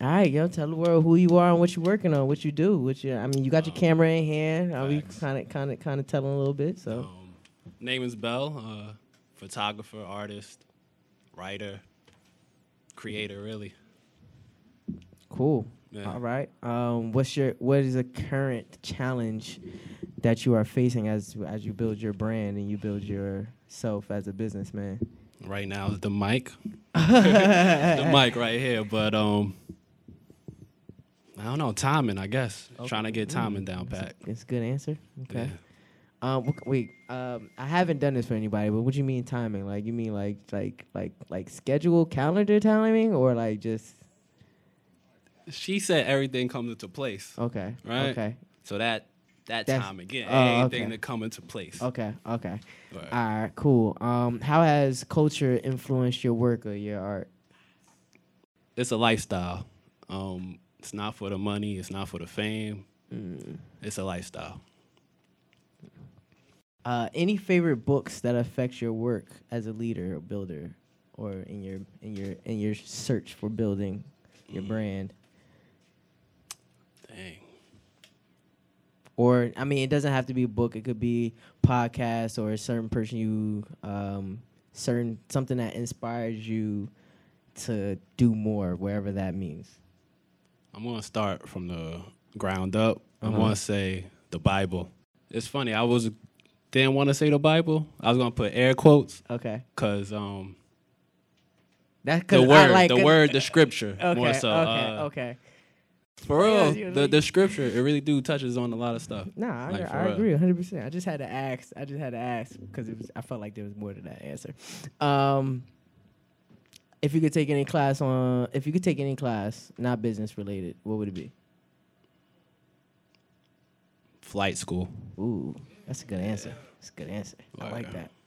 All right, yo, tell the world who you are and what you're working on, what you do, what you. I mean, you got your camera in hand. Are we facts. kind of, kind of, kind of telling a little bit? So, Um, name is Bell, uh, photographer, artist, writer, creator, really. Cool. Yeah. All right. Um, what's your what is the current challenge that you are facing as as you build your brand and you build yourself as a businessman? Right now is the mic. the mic right here, but um, I don't know timing. I guess trying to get timing down pat. That's a good answer. Mm. Okay. Yeah. Um, wh- wait. Um, I haven't done this for anybody, but what do you mean timing? Like you mean like like like like schedule calendar timing or like just She said everything comes into place. okay Right. okay So that that Oh. That's- time again, oh, everything okay. Oh. to come into place. okay okay. Right. All right, cool. Um, how has culture influenced your work or your art? it's a lifestyle. Um, it's not for the money. It's not for the fame. Mm. It's a lifestyle. Uh, any favorite books that affect your work as a leader or builder, or in your in your in your search for building your brand? Dang. Or I mean, it doesn't have to be a book. It could be podcast or a certain person you um, certain something that inspires you to do more, wherever that means. I'm gonna start from the ground up. I'm Uh-huh. gonna say the Bible. It's funny. I was didn't want to say the Bible. I was gonna put air quotes Okay, because um that's the 'cause word, I like the it. word, the scripture Okay, more so. okay, uh, okay. For real, Yeah, yeah, the, like- the scripture it really do touches on a lot of stuff. Nah, I, Like, for I real. agree 100. percent I just had to ask. I just had to ask because it was. I felt like there was more to that answer. Um, if you could take any class on, if you could take any class not business related, what would it be? Flight school. Ooh, that's a good answer. That's a good answer. I like Like, that.